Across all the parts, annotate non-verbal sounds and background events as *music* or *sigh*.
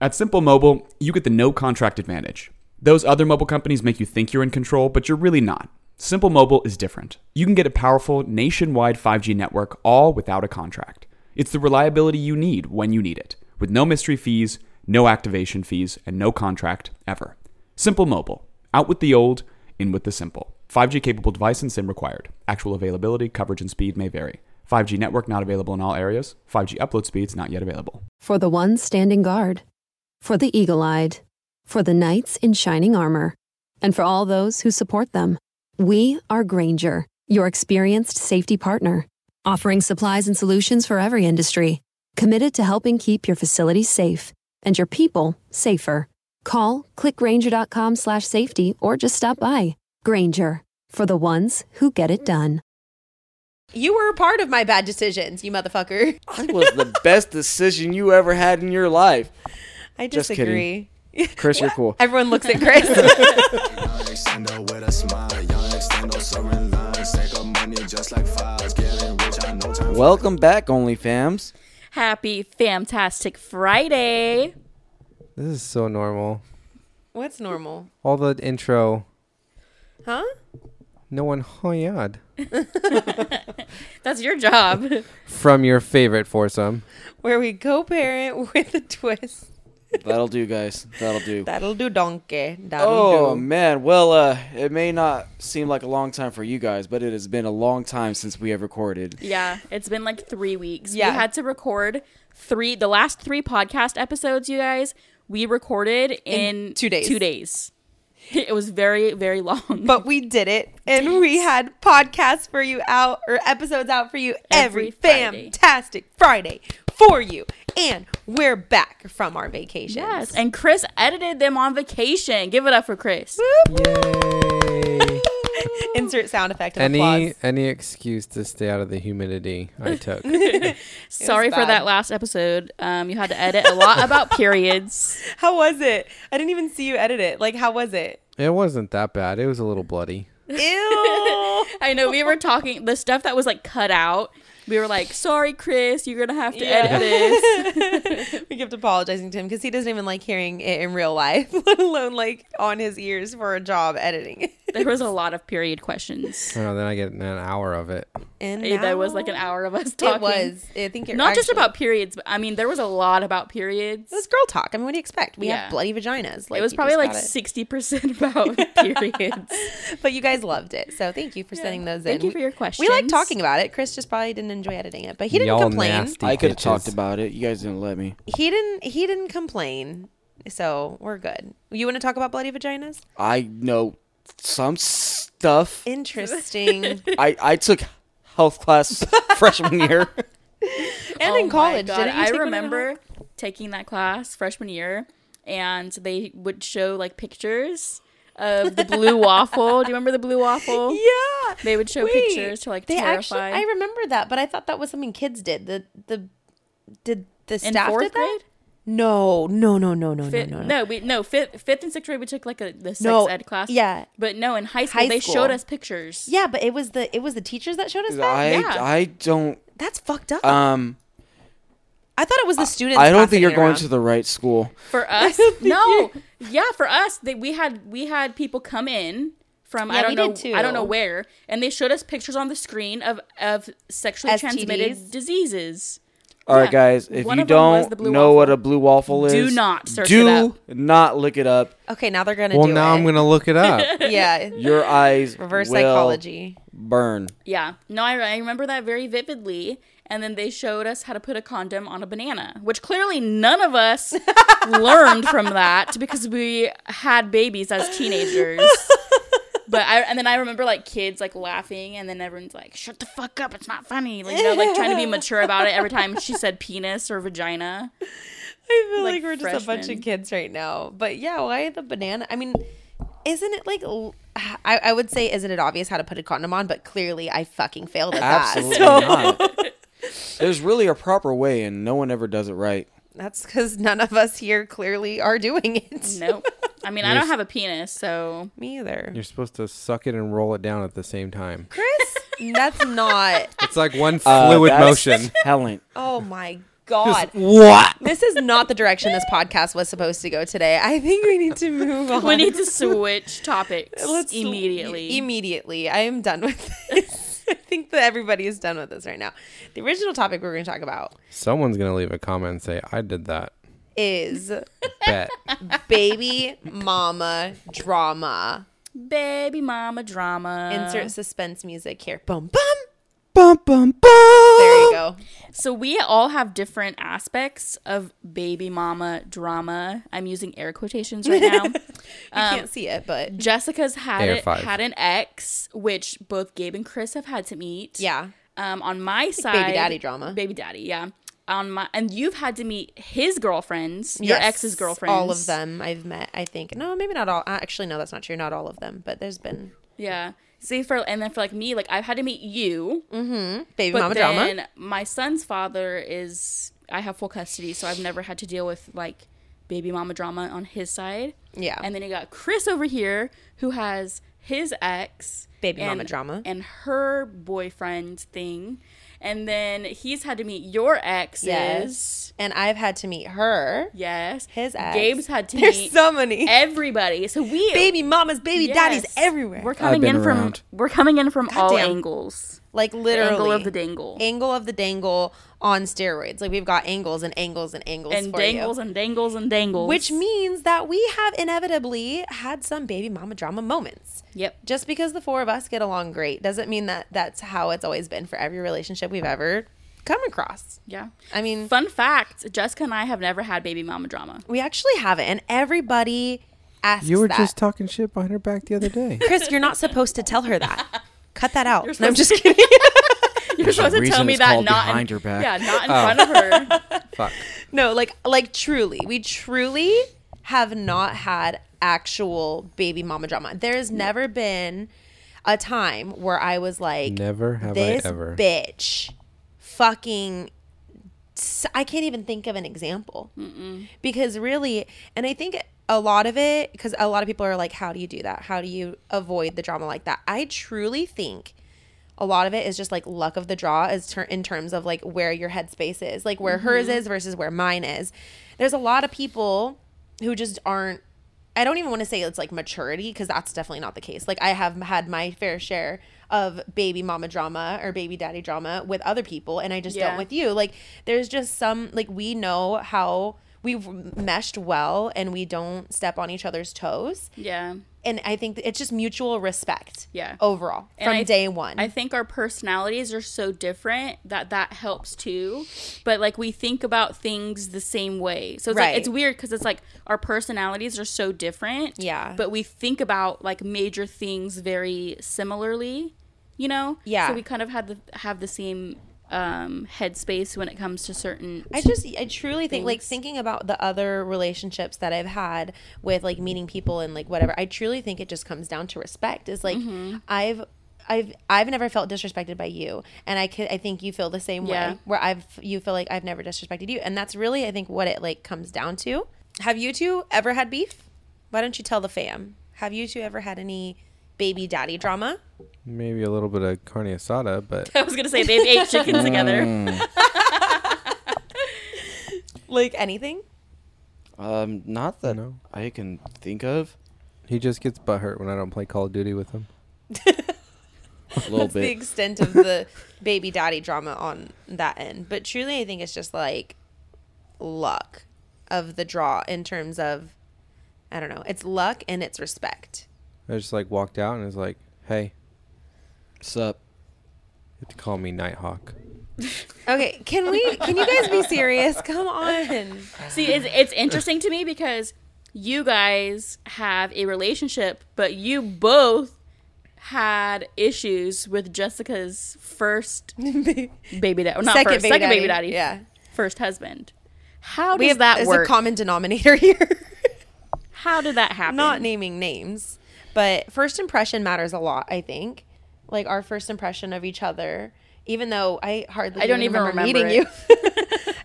At Simple Mobile, you get the no contract advantage. Those other mobile companies make you think you're in control, but you're really not. Simple Mobile is different. You can get a powerful nationwide 5G network all without a contract. It's the reliability you need when you need it, with no mystery fees, no activation fees, and no contract ever. Simple Mobile. Out with the old, in with the simple. 5G capable device and SIM required. Actual availability, coverage, and speed may vary. 5G network not available in all areas. 5G upload speeds not yet available. For the one standing guard, for the eagle eyed, for the knights in shining armor, and for all those who support them. We are Granger, your experienced safety partner, offering supplies and solutions for every industry, committed to helping keep your facilities safe and your people safer. Call clickgranger.com slash safety or just stop by. Granger for the ones who get it done. You were a part of my bad decisions, you motherfucker. That was the best decision you ever had in your life. I Just disagree. kidding. Chris, you're cool. *laughs* Everyone looks at Chris. Alexander with a smile. Young extendo serving lines. Take up money just like files. Getting rich, I know time. *laughs* Welcome back, OnlyFams. Happy Fantastic Friday. This is so normal. What's normal? All the intro, Huh? no one hoyad That's your job. from your favorite foursome. Where we co parent *laughs* with a twist. That'll do, guys. That'll do. That'll do donkey. That'll Oh do. man, well, uh, it may not seem like a long time for you guys, but it has been a long time since we have recorded. *laughs* yeah, it's been like three weeks. Yeah. We had to record three, the last three podcast episodes, you guys, we recorded in, two days. Two days. *laughs* It was very, very long. But we did it, and we had podcasts for you out or episodes out for you every, Every Friday. fantastic Friday for you. And we're back from our vacation. *laughs* yes. And Chris edited them on vacation. Give it up for Chris. Yay! Insert sound effect of any applause. any excuse to stay out of the humidity I *laughs* took. Sorry for bad. that last episode. Um, you had to edit a lot *laughs* about periods. How was it? I didn't even see you edit it. Like, how was *laughs* it? it wasn't that bad. It was a little bloody. Ew. *laughs* I know we were talking the stuff that was like cut out. We were like, "Sorry, Chris, you're gonna have to edit this." we kept apologizing to him because he doesn't even like hearing it in real life, *laughs* let alone like on his ears for a job editing. There was a lot of period questions. Oh, then I get an hour of it. And Eh, There was like an now- hour of us talking. It was. I think it not just actually- about periods, but I mean, there was a lot about periods. It was girl talk. I mean, what do you expect? We Yeah. have bloody vaginas. Like, it was you probably just like gotta- *laughs* sixty percent about periods. But you guys loved it, so thank you for sending those in. Thank you for your We like questions. talking about it. Chris just probably didn't enjoy editing it, but he didn't Y'all complain. nasty. I could have bitches. talked about it. You guys didn't let me. He didn't. He didn't complain. So we're good. You want to talk about bloody *laughs* vaginas? I know some stuff. Interesting. and I I took health class freshman year. Oh in my college, God, didn't you I take one in remember taking that class freshman year, and they would show like pictures of the blue waffle. Do you remember the blue waffle? *laughs* Yeah. They would show Wait, pictures to like they terrify. actually I remember that, but I thought that was something kids did. The the did the in staff fourth did that? grade. No, no, no, no, no, Fifth, no, no, no, no. we no fifth, fifth and sixth grade we took like a the sex No, ed class. yeah. but no in high school High they school. showed us pictures. Yeah, but it was the it was the teachers that showed us that. I yeah. I don't That's fucked up. um I thought it was the students. I don't passing think you're it going around. to the right school. *laughs* for us no yeah for us they, we had we had people come in from Yeah, I we don't know did too. I don't know where and they showed us pictures on the screen of of sexually STDs. transmitted diseases. All right, Yeah. guys. If One you of them was the don't blue know what waffle. a blue waffle is, Do not search it do up. not look it up. Okay, now they're gonna Well, do now it. I'm gonna look *laughs* it up. Yeah. *gasps* Your eyes Reverse will psychology. burn. Yeah, no, I, I remember that very vividly. And then they showed us how to put a condom on a banana, which clearly none of us *laughs* learned from that because we had babies as teenagers. But I and then I remember like kids like laughing, and then everyone's like, "Shut the fuck up! It's not funny." Like, you know, like trying to *laughs* be mature about it every time she said penis or vagina. I feel like, like we're just a bunch freshmen. of kids right now. But yeah, why the banana? I mean, isn't it like l- I, I would say isn't it obvious how to put a condom on, but clearly I fucking failed at Absolutely that. *laughs* So not. *laughs* There's really a proper way, and no one ever does it right. that's cuz none of us here clearly are doing it. Nope. I mean, I don't have a penis, so *laughs* Me either. You're supposed to suck it and roll it down at the *laughs* same time. Chris, that's not. It's like one Uh, *laughs* fluid that's motion. Helen, Oh my God. What? This is not the direction this podcast was supposed to go today. I think we need to move on. *laughs* We need to switch topics *laughs* Let's- immediately. Immediately. I am done with *laughs* this. I think that everybody is done with this right now. The original topic we're going to talk about Someone's gonna leave a comment and say I did that. is *laughs* Bet. baby mama drama. Baby mama drama. Insert suspense music here. Boom, boom. bum bum bum. There you go. So we all have different aspects of baby mama drama. I'm using air quotations right now. *laughs* You Um, can't see it, but Jessica's had Air it, five. had an ex, which both Gabe and Chris have had to meet. yeah. Um, on my side, baby daddy drama. Baby daddy, yeah. On my and you've had to meet his girlfriends, your Yes, ex's girlfriends, All of them I've met, I think. No, maybe not all. uh, Actually, no, that's not true. Not all of them, but there's been Yeah. See for and then for like me, like I've had to meet you, baby but mama drama. then my son's father is I have full custody, so I've never had to deal with like baby mama drama on his side. Yeah. And then you got Chris over here who has his ex Baby and, mama drama. and her boyfriend thing. And then he's had to meet your exes. Yes. and I've had to meet her. Yes. His ex. Gabe's had to There's meet so many. everybody. So we baby mamas, baby daddies Yes. everywhere. We're coming been in from around. we're coming in from all Goddamn. angles. like The literally angle of the dangle. angle of the dangle on steroids. Like we've got angles and angles and angles and for dangles you. and dangles and dangles. Which means that we have inevitably had some baby mama drama moments. Yep. Just because the four of us get along great doesn't mean that that's how it's always been for every relationship we've ever come across. Yeah. I mean, Fun fact, Jessica and I have never had baby mama *laughs* drama. we actually have it, and everybody asks You were that. just talking shit behind her back the other *laughs* day. Chris, you're not supposed to tell her that. *laughs* Cut that out. No, I'm supposed just kidding. *laughs* You're supposed to tell reason me it's that called not behind in, your back. Oh. Yeah, not in front of *laughs* her. Fuck. No, like like truly, we truly have not had actual baby mama drama. There has never been a time where I was like, Never have I this ever. bitch, fucking. I can't even think of an example because really, and I think a lot of it because a lot of people are like, how do you do that? How do you avoid the drama like that? I truly think a lot of it is just like luck of the draw is ter- in terms of like where your headspace is, like where hers is versus where mine is. There's a lot of people who just aren't. I don't even want to say it's like maturity because that's definitely not the case. Like I have had my fair share of baby mama drama or baby daddy drama with other people, and I just Yeah. don't with you. Like there's just some like we know how we've meshed well, and we don't step on each other's toes. Yeah. And I think it's just mutual respect. Yeah. Overall, And from I- day one. I think our personalities are so different that that helps too. But like we think about things the same way. So it's Right. like it's weird cuz it's like our personalities are so different. Yeah. But we think about like major things very similarly, you know? Yeah. So we kind of had the have the same um headspace when it comes to certain I just I truly think like thinking about the other relationships that I've had with like meeting people and like whatever. I truly think it just comes down to respect. Is like Mm-hmm. I've I've I've never felt disrespected by you, and I could I think you feel the same Yeah. way. Where I've you feel like I've never disrespected you, and that's really I think what it like comes down to. Have you two ever had beef? Why don't you tell the fam? Have you two ever had any baby daddy drama? Maybe a little bit of carne asada, but *laughs* I was gonna say they've ate chicken Mm. together. Like anything? Um, not that No. I can think of. he just gets butthurt when I don't play Call of Duty with him. A little That's the bit. extent of *laughs* the baby daddy drama on that end. But truly, I think it's just like luck of the draw in terms of, I don't know, it's luck and it's respect. I just like walked out and was like, "Hey, Sup? you have to call me Nighthawk." Okay, can we? Can you guys be serious? Come on. See, it's, it's interesting to me because you guys have a relationship, but you both had issues with Jessica's first baby daddy, not first, second baby daddy, Yeah, first husband. How we does have that There's work? a common denominator *laughs* here. How did that happen? Not naming names, but first impression matters a lot. I think, like our first impression of each other. Even though I hardly, I don't even remember meeting *laughs* *laughs* you.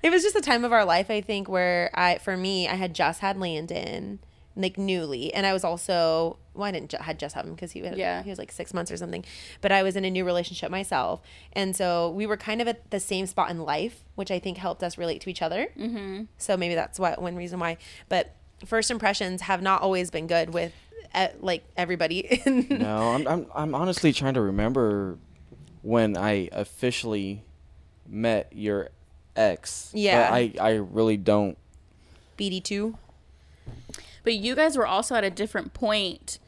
it was just a time of our life, I think, where I, for me, I had just had Landon, like newly, and I was also well, I didn't ju- had just have him because he had, Yeah. he was like six months or something, but I was in a new relationship myself, and so we were kind of at the same spot in life, which I think helped us relate to each other. Mm-hmm. So maybe that's what one reason why. But first impressions have not always been good with uh, like everybody. *laughs* In, No, I'm, I'm I'm honestly trying to remember when I officially met your ex. but Yeah. I I really don't. BD two. But you guys were also at a different point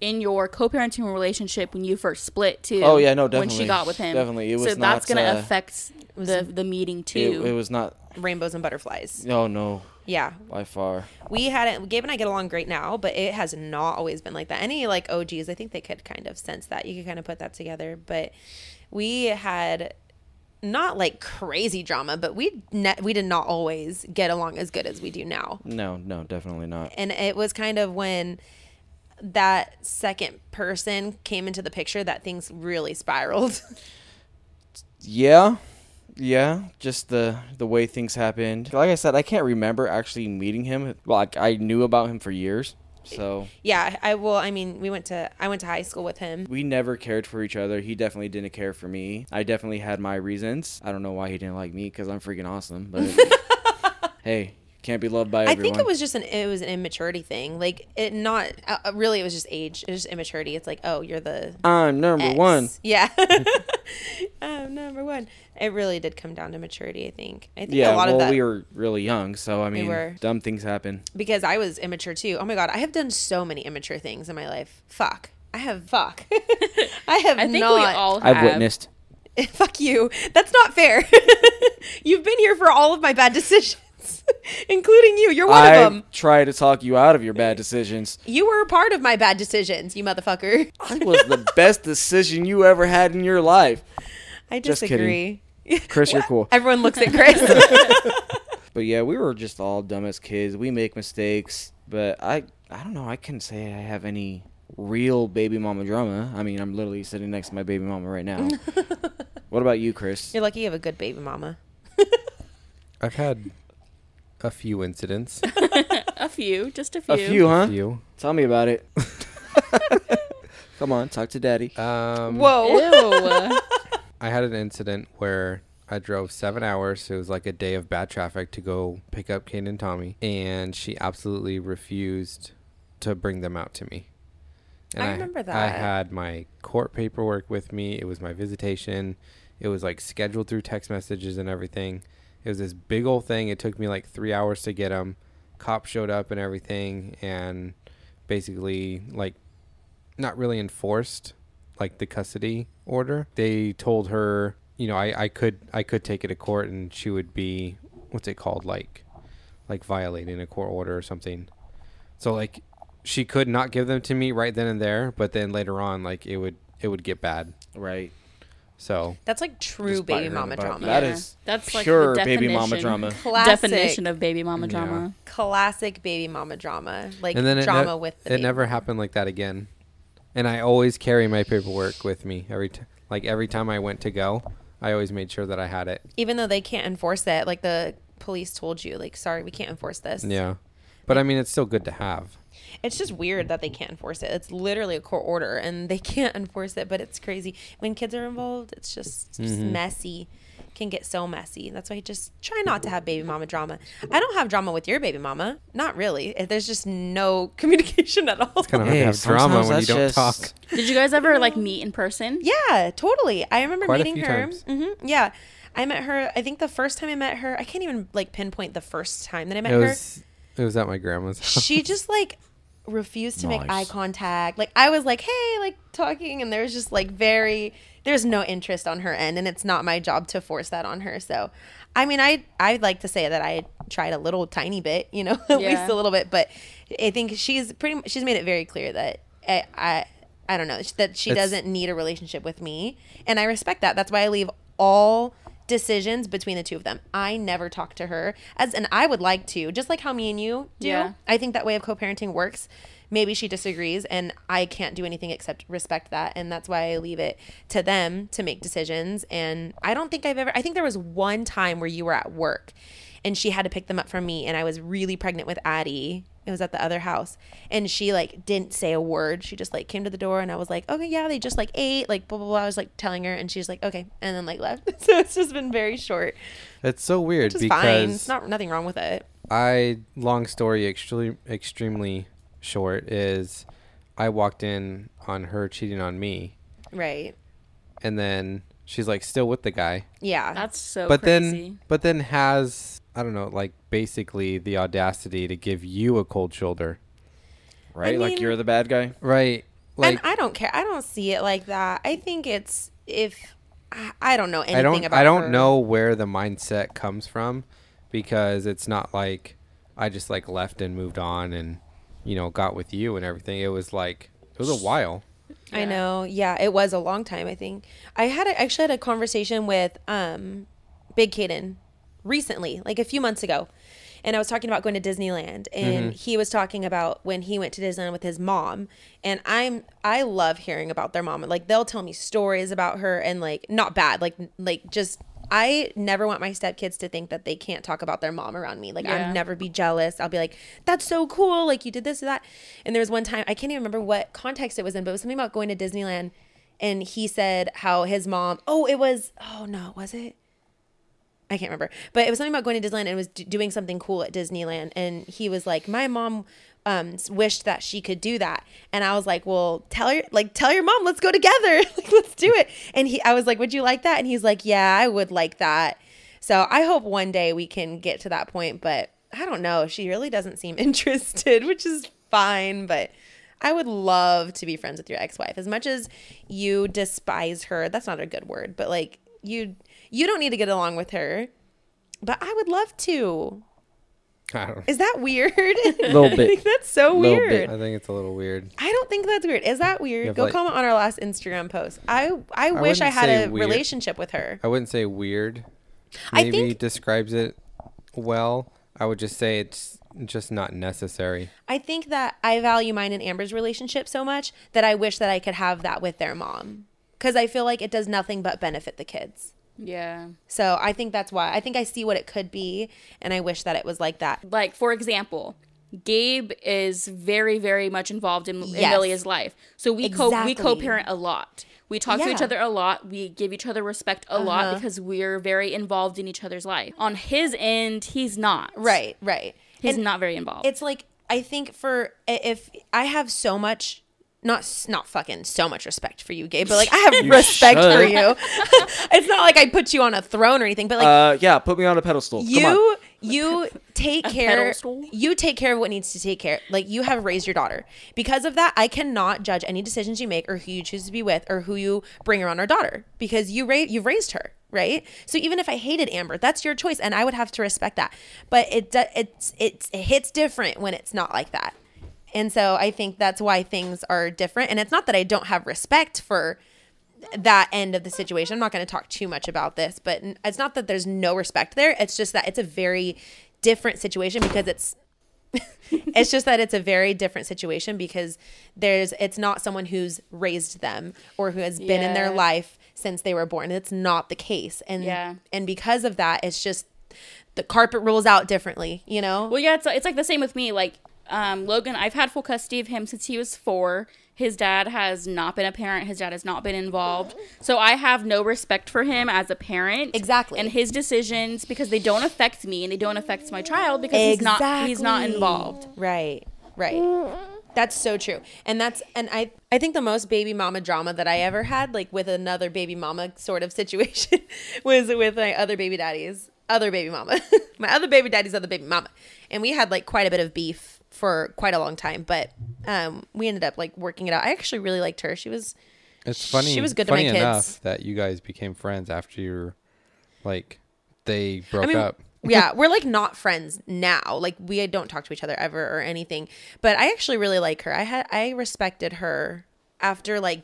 in your co-parenting relationship when you first split too. Oh, yeah, no, When definitely. she got with him, Definitely. It so was that's not, gonna uh, affect the the meeting It, too. it was not. rainbows and butterflies. Oh no, Yeah. by far. We hadn't Gabe and I get along great now, but it has not always been like that. Any like OGs, I think they could kind of sense that. You could kind of put that together, but we had not like crazy drama, but we ne- we did not always get along as good as we do now. No, no, definitely not. And it was kind of when that second person came into the picture that things really spiraled. *laughs* Yeah, yeah. Just the the way things happened. Like I said, I can't remember actually meeting him. Like I knew about him for years, so yeah, I well, I mean, we went to I went to high school with him. we never cared for each other. He definitely didn't care for me. I definitely had my reasons. I don't know why he didn't like me because I'm freaking awesome. *laughs* But hey, can't be loved by I everyone. think it was just an it was an immaturity thing. Like it not uh, uh, really it was just age. It was just immaturity. It's like, "Oh, you're the I'm number ex. one. Yeah. *laughs* oh, number 1. It really did come down to maturity, I think. I think Yeah, a lot well, of that we were really young, so I mean, were. dumb things happen. because I was immature too. Oh my god, I have done so many immature things in my life. Fuck. I have fuck. *laughs* I have I think not. we all have I've witnessed. *laughs* fuck you. That's not fair. *laughs* You've been here for all of my bad decisions, *laughs* including you. You're one of I them. try to talk you out of your *laughs* bad decisions. You were a part of my bad decisions, you motherfucker. *laughs* I was the best decision you ever had in your life. I Just disagree. kidding. Chris, you're cool. *laughs* Everyone looks at Chris. *laughs* But yeah, we were just all dumb as kids. We make mistakes, but I I don't know. I couldn't say I have any real baby mama drama. I mean, I'm literally sitting next to my baby mama right *laughs* now. what about you, *laughs* Chris? You're lucky you have a good baby mama. I've had a few incidents. a few, just a few. A few, huh? few. Tell me about *laughs* it. Come on, talk to daddy. Um, Whoa. Ew. *laughs* I had an incident where I drove seven hours. It was like a day of bad traffic to go pick up Kane and Tommy, and she absolutely refused to bring them out to me. And I remember I that. had my court paperwork with me. It was my visitation. It was like scheduled through text messages and everything. It was this big old thing. It took me like three hours to get them. Cop showed up and everything, and basically like not really enforced like the custody order. They told her, you know, I, I could I could take it to court and she would be what's it called like like violating a court order or something. So like she could not give them to me right then and there, but then later on like it would it would get bad. Right. So That's like true Just bite baby her mama in the butt. drama. That Yeah. is That's like the pure baby mama definition- drama. Classic. definition of baby mama drama. Classic baby mama drama. Like and then it, drama ne- with the it baby. never happened like that again. And I always carry my paperwork with me every t- like every time I went to go. I always made sure that I had it. Even though they can't enforce it, like the police told you, like, sorry, we can't enforce this. Yeah. But I mean, it's still good to have. It's just weird that they can't enforce it. It's literally a court order and they *laughs* can't enforce it, but it's crazy. When kids are involved, it's just, it's just Mm-hmm. messy. Can get so messy. That's why you just try not to have baby mama drama. I don't have drama with your baby mama. Not really. There's just no *laughs* communication at all. Kind of hard to Hey, have drama sometimes when you that's don't just- talk. Did you guys ever like meet in person? *laughs* Yeah, totally. I remember Quite a meeting few her. times. hmm Yeah. I met her. I think the first time I met her, I can't even like pinpoint the first time that I met It her. was it was at my grandma's. house. she just like refused to make eye Nice. contact. Like I was like, "Hey," like talking and there was just like very there's no interest on her end and it's not my job to force that on her. So, I mean, I I'd like to say that I tried a little tiny bit, you know, *laughs* at Yeah. least a little bit, but I think she's pretty mu- she's made it very clear that I I, I don't know, that she It's- doesn't need a relationship with me and I respect that. That's why I leave all decisions between the two of them. I never talk to her as and I would like to, just like how me and you do. Yeah. I think that way of co-parenting works. Maybe she disagrees and I can't do anything except respect that and that's why I leave it to them to make decisions and I don't think I've ever I think there was one time where you were at work and she had to pick them up from me and I was really pregnant with Addie. It was at the other house. And she like didn't say a word. She just like came to the door and I was like, okay, yeah, they just like ate, like blah, blah, blah. I was like telling her and she's like, okay. And then like left. *laughs* so it's just been very short, *laughs* It's so weird which is fine. because It's not nothing wrong with it. I long story extremely extremely short is I walked in on her cheating on me Right. and then she's like still with the guy. Yeah. That's so But Oh, crazy. then but then has I don't know like basically the audacity to give you a cold shoulder. right? mean- like you're the bad guy. Right. and I don't care. I don't see it like that. I think it's if I, I don't know anything I don't about I don't her. know where the mindset comes from because it's not like I just like left and moved on and you know got with you and everything. It was like it was a while. *laughs* I know. Yeah, it was a long time. I think I had a, actually had a conversation with um, Big Caden recently, like a few months ago, and I was talking about going to Disneyland, and he was talking about when he went to Disneyland with his mom, and I'm I love hearing about their mom. Like they'll tell me stories about her, and like not bad, like like just. I never want my stepkids to think that they can't talk about their mom around me. Like Yeah. I'm never be jealous. I'll be like, that's so cool. Like you did this or that. And there was one time, I can't even remember what context it was in, but it was something about going to Disneyland. And he said how his mom, oh, it was, oh no, was it? I can't remember, but it was something about going to Disneyland and it was d- doing something cool at Disneyland. And he was like, my mom um, s- wished that she could do that. And I was like, well, tell your, like, tell your mom, let's go together. *laughs* like, let's do it. And he, I was like, would you like that? And he's like, yeah, I would like that. So I hope one day we can get to that point, but I don't know. She really doesn't seem *laughs* interested, which is fine, but I would love to be friends with your ex-wife. As much as you despise her, that's not a good word, but like you you don't need to get along with her. But I would love to. I don't know. Is that weird? *laughs* Little bit. I *laughs* think that's so Little bit. weird. I think it's a little weird. I don't think that's weird. Is that Yeah, weird? Go like- comment on our last Instagram post. I I wish I wouldn't had say a weird. relationship with her. I wouldn't say weird. I Maybe think- describes it well. I would just say it's just not necessary. I think that I value mine and Amber's relationship so much that I wish that I could have that with their mom because I feel like it does nothing but benefit the kids. yeah. So I think that's why. I think I see what it could be, and I wish that it was like that. Like for example, Gabe is very very much involved in, in Yes. Lilia's life. So we co we Exactly. co-parent a lot. We talk to each Yeah. other a lot. We give each other respect a lot because we're very involved in each other's life. On his end, he's not. Right, right. He's not very involved. it's like I think for i- if I have so much not s- not fucking so much respect for you, Gabe, but like I have respect for should. you. *laughs* it's not like I put you on a throne or anything, but like Uh, yeah, put me on a pedestal. Come on. you *laughs* you take care pedestal? you take care of what needs to take care like you have raised your daughter because of that i cannot judge any decisions you make or who you choose to be with or who you bring around our daughter because you ra- you've raised her right so even if i hated amber that's your choice and i would have to respect that but it do- it's it's it hits different when it's not like that and so i think that's why things are different and it's not that i don't have respect for that end of the situation. I'm not going to talk too much about this, but n- it's not that there's no respect there. It's just that it's a very different situation because it's *laughs* it's just that it's a very different situation because there's it's not someone who's raised them or who has been in their Yeah. life since they were born. It's not the case. And Yeah. and because of that, it's just the carpet rolls out differently, you know? Well, yeah, it's, it's like the same with me. Like, um, Logan, I've had full custody of him since he was four. His dad has not been a parent. His dad has not been involved. So I have no respect for him as a parent. Exactly. And his decisions because they don't affect me and they don't affect my child because he's not he's not Exactly. involved. Right. Right. That's so true. And that's and I I think the most baby mama drama that I ever had like with another baby mama sort of situation *laughs* was with my other baby daddy's other baby mama. *laughs* my other baby daddy's other baby mama. And we had like quite a bit of beef for quite a long time, but um we ended up like working it out. I actually really liked her. She was It's funny. was good to my funny kids. enough that you guys became friends after you're like they broke I mean, up. *laughs* yeah, we're like not friends now. Like we don't talk to each other ever or anything. But I actually really like her. I had I respected her after like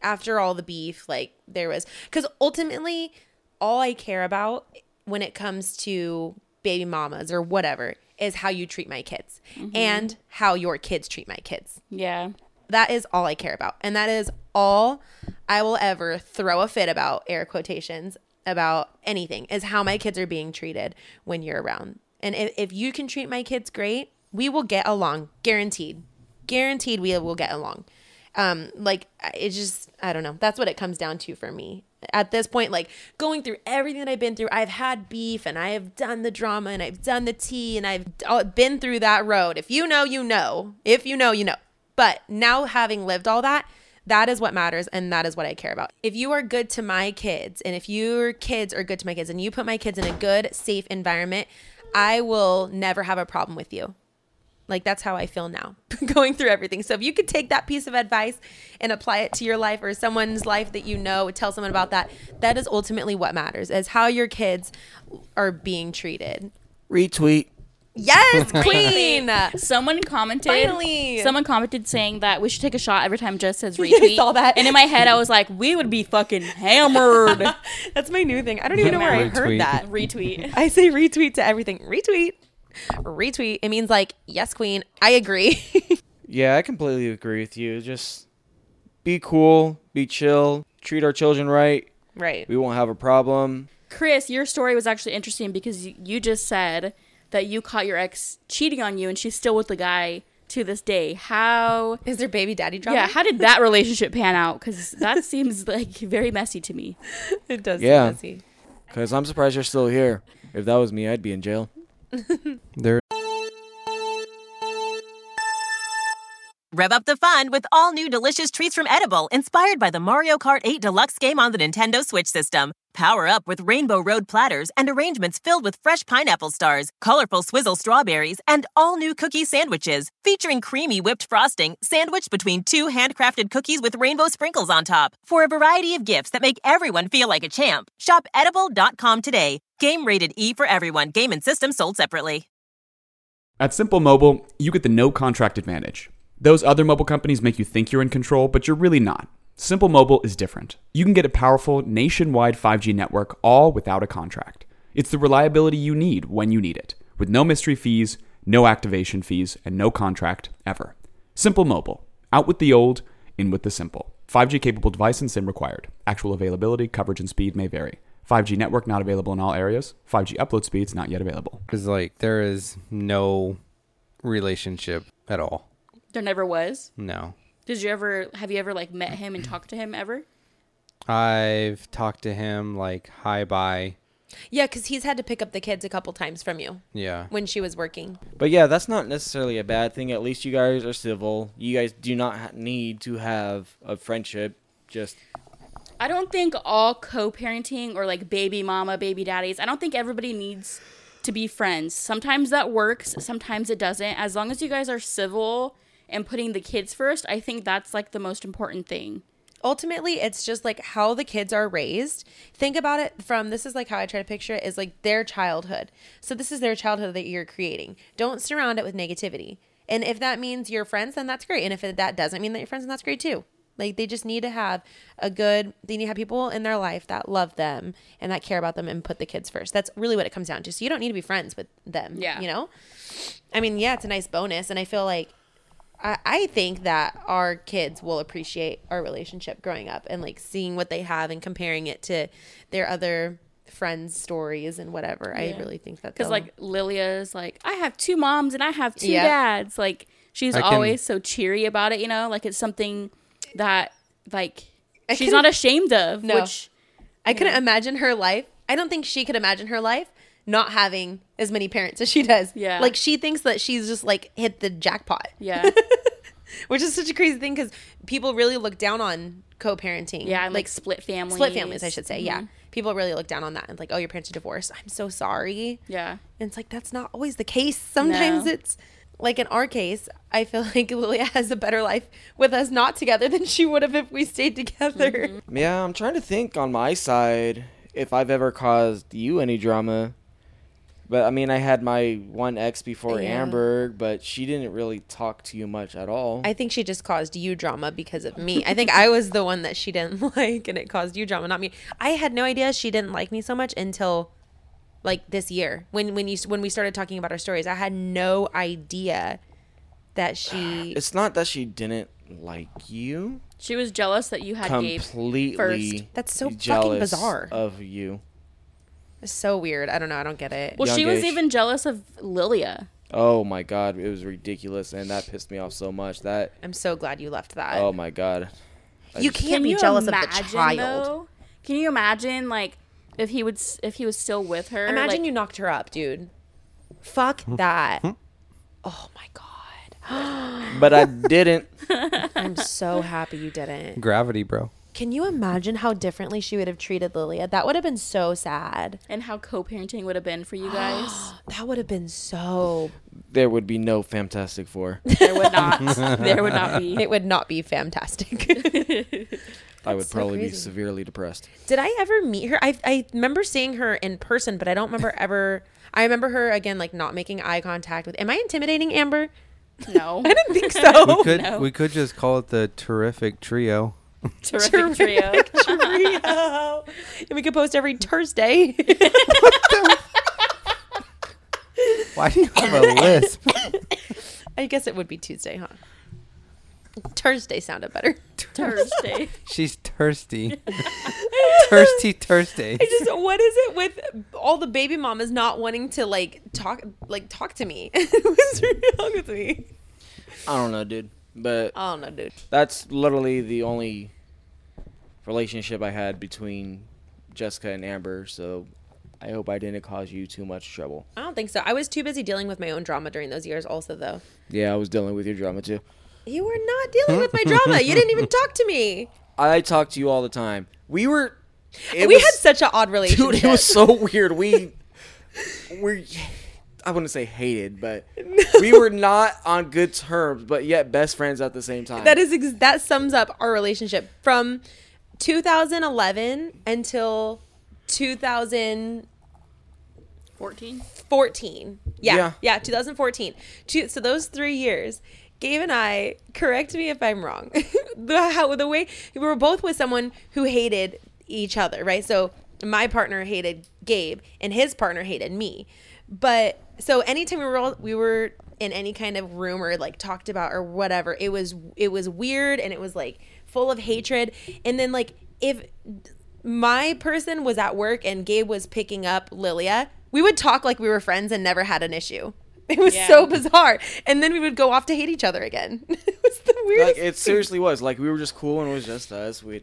after all the beef like there was cuz ultimately all I care about when it comes to baby mamas or whatever is how you treat my kids and how your kids treat my kids. Yeah. That is all I care about. And that is all I will ever throw a fit about, air quotations, about anything, is how my kids are being treated when you're around. And if, if you can treat my kids great, we will get along, guaranteed, guaranteed we will get along. Um, like I- it's just I don't know. That's what it comes down to for me at this point. Like going through everything that I've been through, I've had beef and I have done the drama and I've done the tea and I've d- all- been through that road. If you know, you know. If you know, you know. But now having lived all that, that is what matters and that is what I care about. If you are good to my kids and if your kids are good to my kids and you put my kids in a good, safe environment, I will never have a problem with you. Like that's how I feel now *laughs* going through everything. So if you could take that piece of advice and apply it to your life or someone's life that you know, tell someone about that. That is ultimately what matters is how your kids are being treated. Retweet. Yes, queen. Someone commented. Finally. someone commented saying that we should take a shot every time *laughs* Jess says retweet. saw that. And in my head, I was like, we would be fucking hammered. *laughs* *laughs* That's my new thing. I don't even know where I heard Retweet. that. retweet. I say retweet to everything. Retweet. Retweet. It means like, yes, queen, I agree. *laughs* Yeah, I completely agree with you. Just be cool, be chill, treat our children right. right. We won't have a problem. Chris, your story was actually interesting because you, you just said that you caught your ex cheating on you, and she's still with the guy to this day. How? Is there baby daddy drama? Yeah, how did *laughs* that relationship pan out? Because that seems like very messy to me. it does. Yeah. Yeah. Messy. Cause I'm surprised you're still here. If that was me, I'd be in jail. There Rev up the fun with all new delicious treats from Edible, inspired by the Mario Kart 8 Deluxe game on the Nintendo Switch system. Power up with Rainbow Road platters and arrangements filled with fresh pineapple stars, colorful swizzle strawberries, and all new cookie sandwiches featuring creamy whipped frosting, sandwiched between two handcrafted cookies with rainbow sprinkles on top. For a variety of gifts that make everyone feel like a champ, shop edible.com today. Game rated E for everyone. Game and system sold separately. At Simple Mobile, you get the no contract advantage. Those other mobile companies make you think you're in control, but you're really not. Simple Mobile is different. You can get a powerful nationwide 5G network all without a contract. It's the reliability you need when you need it, with no mystery fees, no activation fees, and no contract ever. Simple Mobile. Out with the old, in with the simple. 5G capable device and SIM required. Actual availability, coverage, and speed may vary. 5G network not available in all areas. 5G upload speeds not yet available. is like there is no relationship at all. There never was. No. Did you ever? Have you ever like met him and talked to him ever? I've talked to him like hi bye. Yeah, because he's had to pick up the kids a couple times from you Yeah. when she was working. But yeah, that's not necessarily a bad thing. At least you guys are civil. You guys do not ha- need to have a friendship. Just I don't think all co-parenting or like baby mama, baby daddies. I don't think everybody needs to be friends. Sometimes that works, sometimes it doesn't. As long as you guys are civil and putting the kids first, I think that's like the most important thing. Ultimately, it's just like how the kids are raised. Think about it from this is like how I try to picture it is like their childhood. So, this is their childhood that you're creating. Don't surround it with negativity. And if that means you're friends, then that's great. And if it- that doesn't mean that you're friends, then that's great too. Like they just need to have a good, they need to have people in their life that love them and that care about them and put the kids first. That's really what it comes down to. So you don't need to be friends with them. Yeah. You know? I mean, yeah, it's a nice bonus. And I feel like I, I think that our kids will appreciate our relationship growing up and like seeing what they have and comparing it to their other friends' stories and whatever. I really think that Because they'll- like Lilia's like, I have two moms and I have two Yeah. dads. Like she's I can- always so cheery about it, you know? Like it's something that like she's can- not ashamed of. No. Which I couldn't imagine her life. I don't think she could imagine her life not having as many parents as she does. Yeah. Like she thinks that she's just like hit the jackpot, yeah. which is such a crazy thing because people really look down on co parenting. *laughs* Yeah, and like, split families. split families, I should say. Mm-hmm. Yeah. People really look down on that and like, oh, your parents are divorced. I'm so sorry. Yeah. And it's like, that's not always the case. Sometimes No. it's like in our case, I feel *laughs* like Lilia has a better life with us not together than she would have if we stayed together. Mm-hmm. yeah, I'm trying to think on my side if I've ever caused you any drama. But I mean, I had my one ex before Yeah. Amber, but she didn't really talk to you much at all. I think she just caused you drama because of me. I think I was the one that she didn't *laughs* like, and it caused you drama, not me. I had no idea she didn't like me so much until like this year when when you when we started talking about our stories. I had no idea that *sighs* she. *sighs* it's not that she didn't like you. She was jealous that you had Gabe. completely first. That's so fucking jealous bizarre. of you. It's so weird. I don't know. I don't get it. Well, she young age. was even jealous of Lilia. Oh my god, it was ridiculous, and that pissed me off so much. That I'm so glad you left that. oh my god, you just- can't be jealous of the child. though? Can you imagine like if he would s- if he was still with her? Imagine like, you knocked her up, dude. Fuck that. oh my god. *laughs* but I didn't. I'm *laughs* so happy you didn't. Gravity, bro. Can you imagine how differently she would have treated Lilia? That would have been so sad. and how co-parenting would have been *gasps* for you guys. That would have been so. There would be no *laughs* Fantastic Four. there would not. There would not be. It would not be fantastic. *laughs* I would so probably be crazy. severely depressed. Did I ever meet her? I I remember seeing her in person, but I don't remember ever. I remember her again, like not making eye contact with. Am I intimidating Amber? *laughs* No. I didn't think so. We could no. we could just call it the terrific trio. Terrific trio. *laughs* *laughs* Trio. and we could post every Thursday. *laughs* Why do you have a *laughs* lisp? I guess it would be Tuesday, huh? Thursday sounded *laughs* better. Thursday. She's thirsty. thirsty Thursday. I just what is it with all the baby mamas not wanting to like talk like talk to me? *laughs* What's wrong with me? I don't know, dude. But I don't know, dude. that's literally the only relationship I had between Jessica and Amber. So I hope I didn't cause you too much trouble. I don't think so. I was too busy dealing with my own drama during those years also though. Yeah, I was dealing with your drama too. You were not dealing *laughs* with my drama. You didn't even talk to me. I talk to you all the time. We were. It we was- *laughs* had such an odd relationship. dude. It was so weird. We were. I wouldn't say hated, *laughs* but we were not on good terms, but yet best friends at the same time. that is ex- that sums up our relationship from 2011 until 2014. 14. Yeah. Yeah. Yeah, 2014. Two, so those 3 years Gabe and I, correct me if I'm wrong. *laughs* the how the way we were both with someone who hated each other, right? So my partner hated Gabe and his partner hated me. But so anytime we were all, we were in any kind of room or like talked about or whatever, it was it was weird and it was like full of hatred. And then like if my person was at work and Gabe was picking up Lilia, we would talk like we were friends and never had an issue. *laughs* It was Yeah. so bizarre. And then we would go off to hate each other again. *laughs* it was the weirdest. like it seriously was. Like we were just cool and it was just us. We,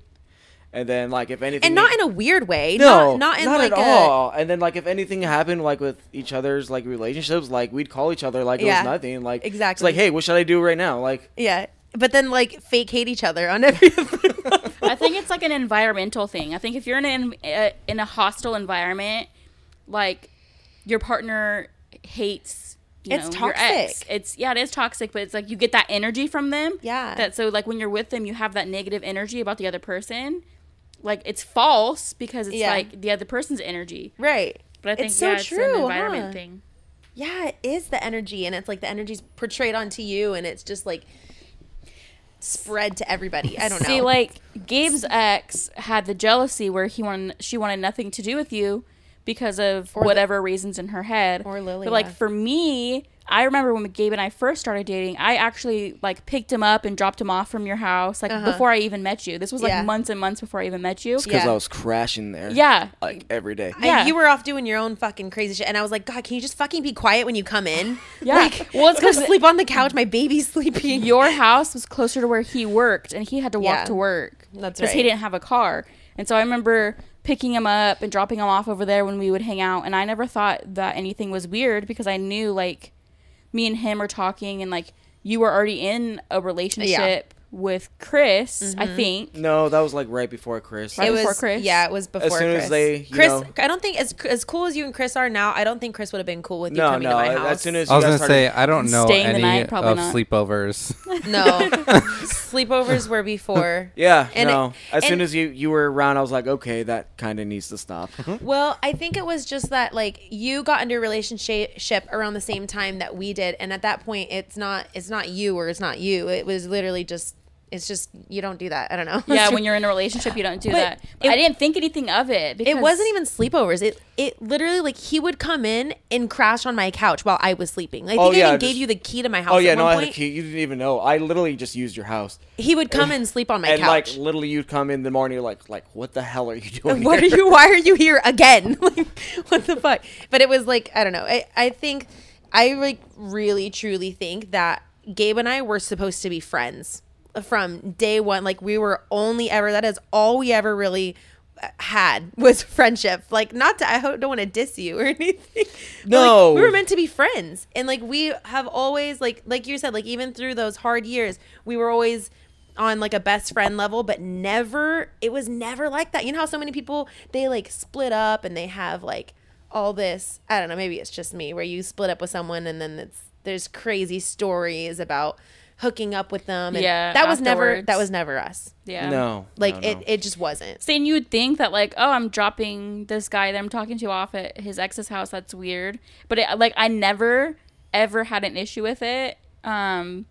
and then like if anything, and not in a weird way. no, not, not in like at a, all. And then like if anything happened like with each other's like relationships, like we'd call each other like Yeah. it was nothing. Like it's Exactly. like hey, what should I do right now? Like Yeah. But then like fake hate each other on *laughs* every *laughs* I think it's like an environmental thing. I think if you're in an, uh, in a hostile environment, like your partner hates. You It's know, your ex. toxic. It's yeah, it is toxic, but it's like you get that energy from them. Yeah. That so like when you're with them, you have that negative energy about the other person. Like it's false because it's Yeah. like the other person's energy. *laughs* Right. But I think it's so yeah, true. it's huh? an environment thing. Yeah, it is the energy and it's like the energy's portrayed onto you and it's just like spread to everybody. I don't know. See, like Gabe's ex had the jealousy where he wanted she wanted nothing to do with you because of whatever reasons in her head. or Lilia. But like for me, I remember when Gabe and I first started dating, I actually like picked him up and dropped him off from your house like before I even met you. This was like Uh-huh. Yeah. months and months before I even met you. because Yeah. I was crashing there. Yeah. like every day. And yeah. you were off doing your own fucking crazy shit, and I was like, God, can you just fucking be quiet when you come in? *laughs* Yeah. Like, Well, it's go 'cause it- sleep on the couch. My baby's *laughs* sleeping. Your house was closer to where he worked, and he had to walk Yeah. to work. That's he right. didn't have a car. And so I remember picking him up and dropping him off over there when we would hang out. And I never thought that anything was weird because I knew like me and him are talking, and like you were already in a relationship with Chris, I Mm-hmm. think. No, that was like right before Chris. Right it before was Chris. yeah, it was before soon as Chris. they, you Chris, know- I don't think as as cool as you and Chris are now. I don't think Chris would have been cool with you no, coming no. to my house. As soon as I was you gonna guys say started, I don't know Staying the any night, probably of not. *laughs* *laughs* sleepovers. no sleepovers were before. yeah, And no. it- as soon and- as you you were around, I was like, okay, that kind of needs to stop. Well, I think it was just that like you got into a relationship around the same time that we did, and at that point, it's not it's not you or it's not you. It was literally just it's just you don't do that. I don't know. Yeah, *laughs* when you're in a relationship, you don't do that. it- I didn't think anything of it. Because It wasn't even sleepovers. It it literally like he would come in and crash on my couch while I was sleeping. I think Oh, I yeah, even gave just- you the key to my house. oh yeah, at no, one I had a point. key. You didn't even know. I literally just used your house, He would come and sleep on my and couch. like literally, you'd come in the morning, you're like, like, what the hell are you *laughs* doing? what are *laughs* here?" you? Why are you here again? like what the fuck? But it was like I don't know. I I think. I like really truly think that Gabe and I were supposed to be friends from day one. Like we were only ever that is all we ever really uh, had was *laughs* friendship. Like not to I ho- don't want to diss you or *laughs* anything. but, like, No. we were meant to be friends, and like we have always like like you said like even through those hard years we were always on like a best friend level but never it was never like that you know how so many people they like split up and they have like all this i don't know maybe it's just me where you split up with someone and then it's there's crazy stories about hooking up with them and Yeah, that was never afterwards. that was never us Yeah. No. like no, it, no. it just wasn't Saying you would think that like, oh, I'm dropping this guy that I'm talking to off at his ex's house. That's weird. But it, like, I never ever had an issue with it. Um,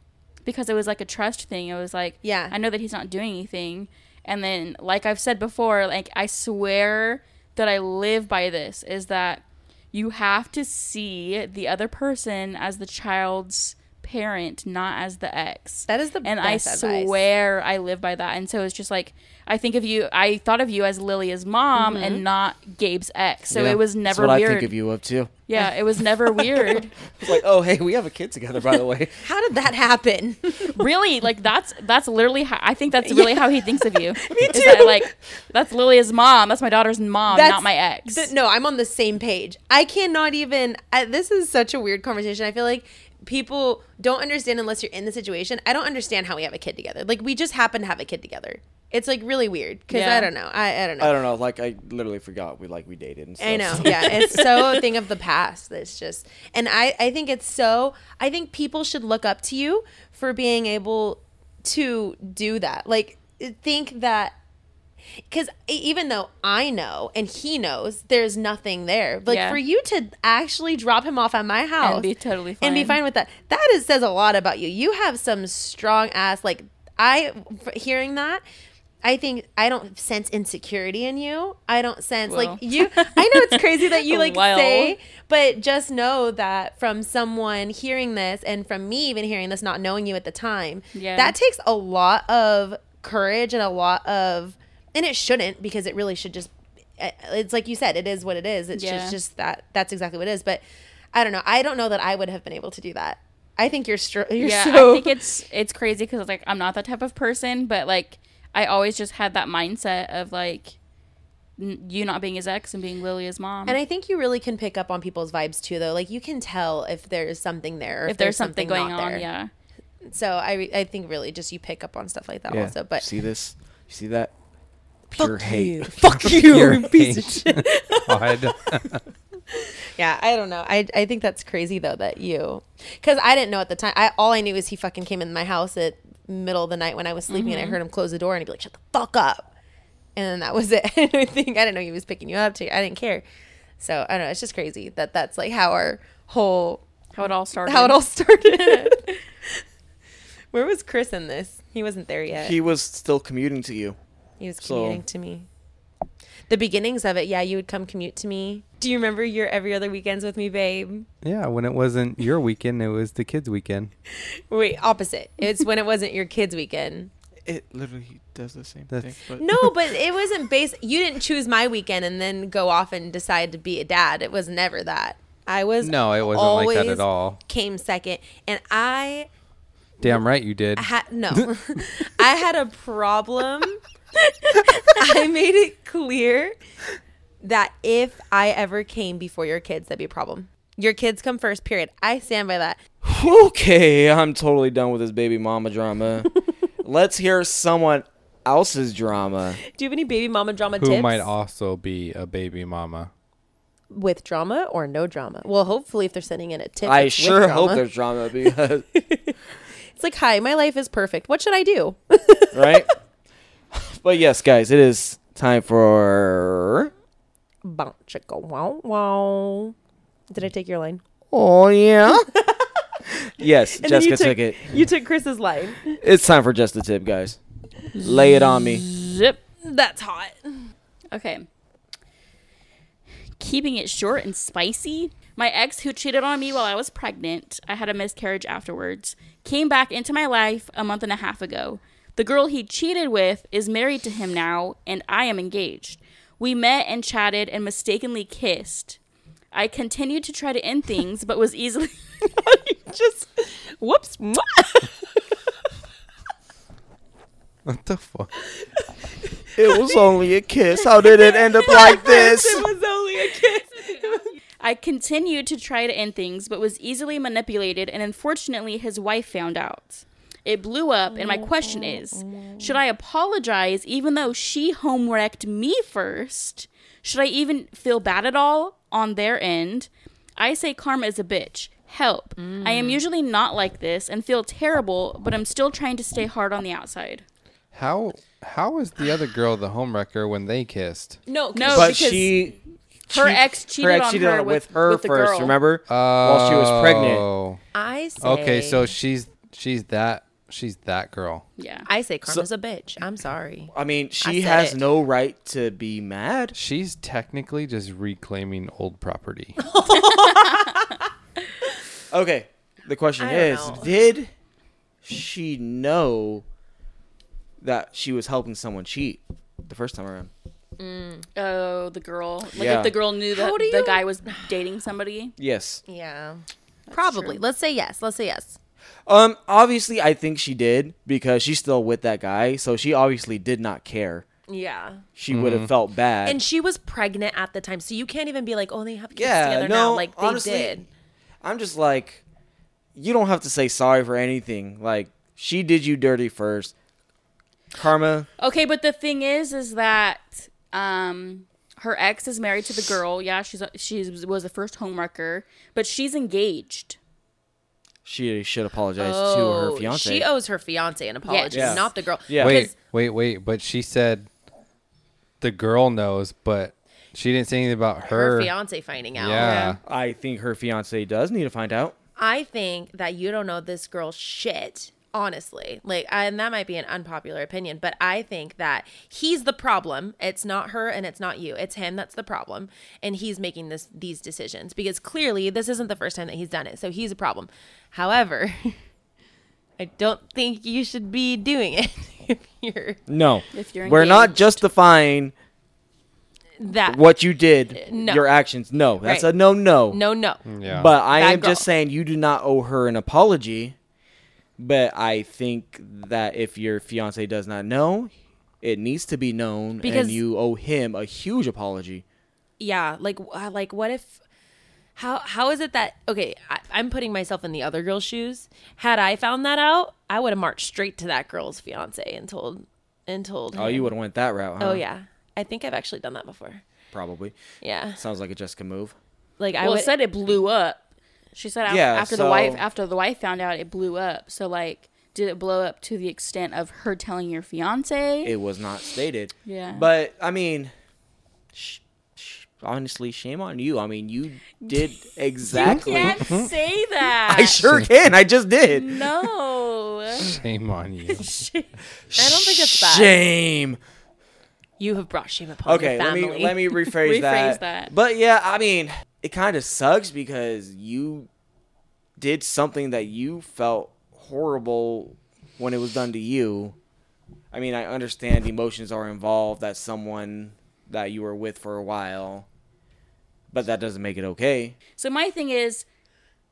because it was like a trust thing. It was like, Yeah. I know that he's not doing anything. And then, like I've said before, like I swear that I live by this is that you have to see the other person as the child's parent, not as the ex. That is the and best I advice. swear I live by that. And so it's just like I think of you. I thought of you as Lilia's mom Mm-hmm. and not Gabe's ex. So Yeah, it was that's never what weird. I think of you of too. Yeah, it *laughs* was never weird. It's like, oh hey, we have a kid together, by the *laughs* way. how did that happen really like that's that's literally how i think that's really how he thinks *laughs* of you me too. That, like that's lilia's mom that's my daughter's mom That's- not my ex th- no, I'm on the same page. I cannot even. I, this is such a weird conversation. I feel like people don't understand unless you're in the situation. I don't understand how we have a kid together. Like we just happen to have a kid together. It's like really weird because Yeah. I don't know. I, I don't know. I don't know. Like I literally forgot we like we dated and stuff. I know. Yeah, it's *laughs* so a thing of the past. That's just, and I I think it's so. I think people should look up to you for being able to do that. Like uh, think that. Because even though I know and he knows, there's nothing there. Like Yeah. for you to actually drop him off at my house be totally and be fine. fine with that. That is says a lot about you. You have some strong ass. Like I, f- hearing that, I think I don't sense insecurity in you. I don't sense Well. like you. I know it's crazy *laughs* that you like Well. say, but just know that from someone hearing this and from me even hearing this, not knowing you at the time, Yeah. that takes a lot of courage and a lot of, and it shouldn't because it really should just. eh, It's like you said, it is what it is. It's Yeah. just, just that. That's exactly what it is. But I don't know. I don't know that I would have been able to do that. I think you're str- you're yeah so. i think it's it's crazy because like i'm not that type of person but like i always just had that mindset of like n- you not being his ex and being lilia's *laughs* mom And I think you really can pick up on people's vibes too, though. Like you can tell if there's something there, or if there's something, going not on there. yeah So I, I think really just you pick up on stuff like that Yeah. also. But see this? You see that? Pure *laughs* hate. *laughs* fuck You're you, a piece of hate. shit. *laughs* Odd. Yeah, I don't know. I, I think that's crazy though that you, because I didn't know at the time. I all I knew is he fucking came in my house at middle of the night when I was sleeping, Mm-hmm. and I heard him close the door, and he'd be like, "Shut the fuck up," and then that was it. *laughs* I didn't think I didn't know he was picking you up. To I didn't care. So I don't know. It's just crazy that that's like how our whole how it all started how it all *laughs* started. Where was Chris in this? He wasn't there yet. He was still commuting to you. He was So- commuting to me. The beginnings of it, yeah, you would come commute to me. Do you remember your every other weekends with me, babe? yeah, when it wasn't your weekend, it was the kids' weekend. Wait, opposite. It's when it wasn't your kids' weekend. It literally does the same That's- thing. But No, but it wasn't based. You didn't choose my weekend and then go off and decide to be a dad. It was never that. I was No, it wasn't like that always at all. Came second, and I Damn right you did. had *laughs* no. *laughs* I had a problem. *laughs* I made it clear that if I ever came before your kids, that'd be a problem. Your kids come first. Period. I stand by that. *laughs* okay, I'm totally done with this baby mama drama. *laughs* Let's hear someone else's drama. Do you have any baby mama drama Who tips? might also be a baby mama? *laughs* with drama or no drama? Well, hopefully, if they're sending in a tip, I it's with sure hope drama. there's drama because *laughs* It's like, hi, my life is perfect. What should I do? *laughs* right? but yes, guys, it is time for Bow, chicka, wow, wow. Did I take your line? Oh *laughs* yeah. yes, And then you Jessica took it. You took Chris's line. It's time for just the tip, guys. Lay it on me. zip That's hot. Okay. Keeping it short and spicy. My ex, who cheated on me while I was pregnant, I had a miscarriage afterwards, came back into my life a month and a half ago. The girl he cheated with is married to him now, and I am engaged. We met and chatted and mistakenly kissed. I continued to try to end things, but was easily *laughs* You just whoops. mwah. What the fuck? It was only a kiss. How did it *laughs* end up like this? It was only a kiss. I continued to try to end things, but was easily manipulated, and unfortunately, his wife found out. It blew up, and my question is should I apologize even though she home wrecked me first? Should I even feel bad at all on their end? I say karma is a bitch. Help. I am usually not like this and feel terrible, but I'm still trying to stay hard on the outside. How how was the other girl the homewrecker when they kissed? No, No, but because she, her ex cheated on her with, with- her with the first. girl. Remember? Oh, While she was pregnant. I say. Okay, so she's she's that she's that girl. Yeah. I say karma's a bitch. I'm sorry. I mean, she said has it. no right to be mad. She's technically just reclaiming old property. Okay. The question I don't is, know. did she know that she was helping someone cheat the first time around? Oh, the girl. Like Yeah. if the girl knew that How do the you- guy was dating somebody. Yes. Yeah. Probably. Let's say yes. Let's say yes. Um obviously I think she did because she's still with that guy, so she obviously did not care. Yeah. She would have felt bad. And she was pregnant at the time, so you can't even be like, "Oh, they have kids Yeah, together no, now." Like they honestly- did. I'm just like you don't have to say sorry for anything. Like she did you dirty first. Karma. Okay, but the thing is, is that um, her ex is married to the girl. Yeah, she's she was the first homewrecker, but she's engaged. She should apologize to her fiance. Oh, She owes her fiance an apology, Yes. not the girl. Yeah. Wait, wait, wait. But she said the girl knows, but she didn't say anything about her. Her fiance finding out. Yeah. I think her fiance does need to find out. I think that you don't know this girl shit. Honestly, like, and that might be an unpopular opinion, but I think that he's the problem. It's not her, and it's not you. It's him that's the problem, and he's making this these decisions because clearly this isn't the first time that he's done it. So he's a problem. However, *laughs* I don't think you should be doing it *laughs* if you're No. If you're We're not engaged. justifying that. what you did, No. your actions. No, that's Right. a no, no. No, no. Yeah. But I Bad am just girl. saying you do not owe her an apology. But I think that if your fiance does not know, it needs to be known, Because- and you owe him a huge apology. yeah like w- uh, like what if how how is it that okay I, i'm putting myself in the other girl's shoes had i found that out i would have marched straight to that girl's fiance and told and told Oh, him. you would have went that route, huh? oh yeah i think i've actually done that before Probably. yeah Sounds like a Jessica move. like i Well, would it said it blew up. She said af- Yeah, after so- the wife after the wife found out, it blew up. So like, did it blow up to the extent of her telling your fiance? It was not stated. Yeah. But I mean, sh- sh- honestly, shame on you. I mean, you *laughs* did exactly. can't say that. *laughs* I sure can. I just did. no. Shame on you. i don't think it's bad Shame. you have brought shame upon Okay, your let me family let me rephrase, Rephrase that. that. But yeah, I mean, it kind of sucks because you did something that you felt horrible when it was done to you. I mean, I understand emotions are involved. That's someone that you were with for a while, but that doesn't make it okay. So my thing is,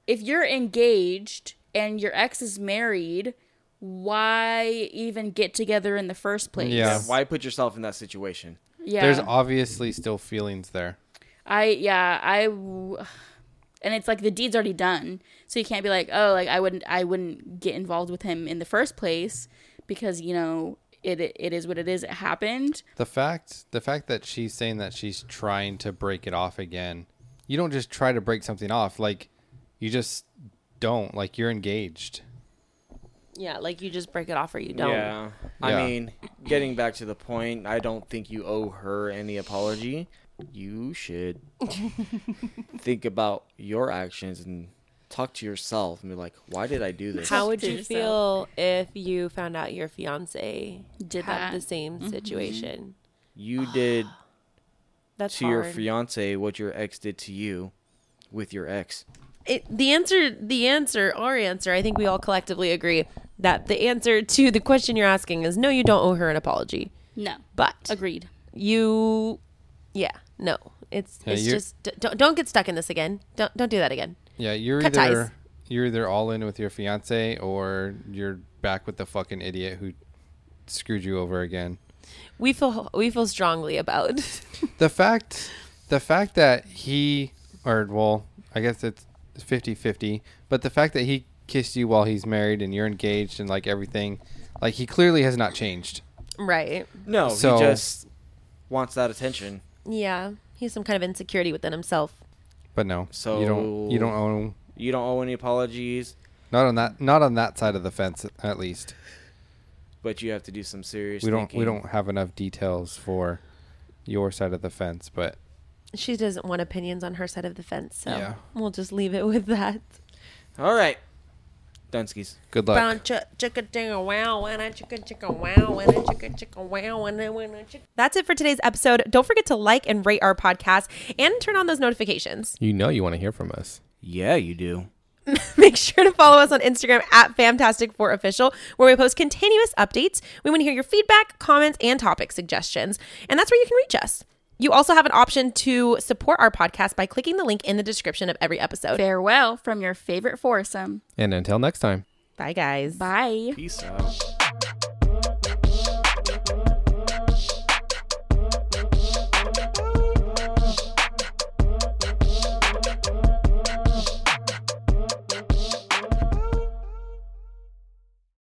if you're engaged and your ex is married, why even get together in the first place? Yeah. Why put yourself in that situation? Yeah. There's obviously still feelings there. I yeah I, w- *sighs* and it's like the deed's already done, so you can't be like oh like I wouldn't I wouldn't get involved with him in the first place because you know it it is what it is. It happened. The fact the fact that she's saying that she's trying to break it off again. You don't just try to break something off. Like you just don't. Like you're engaged. yeah like you just break it off or you don't Yeah. I Yeah. mean, getting back to the point, I don't think you owe her any apology. You should *laughs* think about your actions and talk to yourself and be like, why did I do this? How would you yourself. feel if you found out your fiance Did had that. Mm-hmm. the same situation? you did That's to your hard. fiance what your ex did to you with your ex. it, the answer the answer our answer i think we all collectively agree that the answer to the question you're asking is no you don't owe her an apology No, but agreed. you yeah no It's Yeah, it's you're- just d- don't don't get stuck in this again. Don't don't do that again. Yeah, you're Cut ties. either you're either all in with your fiance or you're back with the fucking idiot who screwed you over again. We feel we feel strongly about. *laughs* The fact the fact that he or well, I guess it's 50-50, but the fact that he kissed you while he's married and you're engaged and like everything, like he clearly has not changed. right. No, So- he just wants that attention. Yeah. He has some kind of insecurity within himself. But no. So- you don't you don't own You don't owe any apologies, not on that not on that side of the fence at least. but you have to do some serious. We don't we thinking. don't have enough details for your side of the fence, but She doesn't want opinions on her side of the fence, so Yeah. we'll just leave it with that. All right, Dunskies. good luck. That's it for today's episode. Don't forget to like and rate our podcast and turn on those notifications. You know you want to hear from us. Yeah, you do. *laughs* Make sure to follow us on Instagram at Fantastic4Official, where we post continuous updates. We want to hear your feedback, comments, and topic suggestions. And that's where you can reach us. You also have an option to support our podcast by clicking the link in the description of every episode. Farewell from your favorite foursome. And until next time. Bye, guys. Bye. Peace out.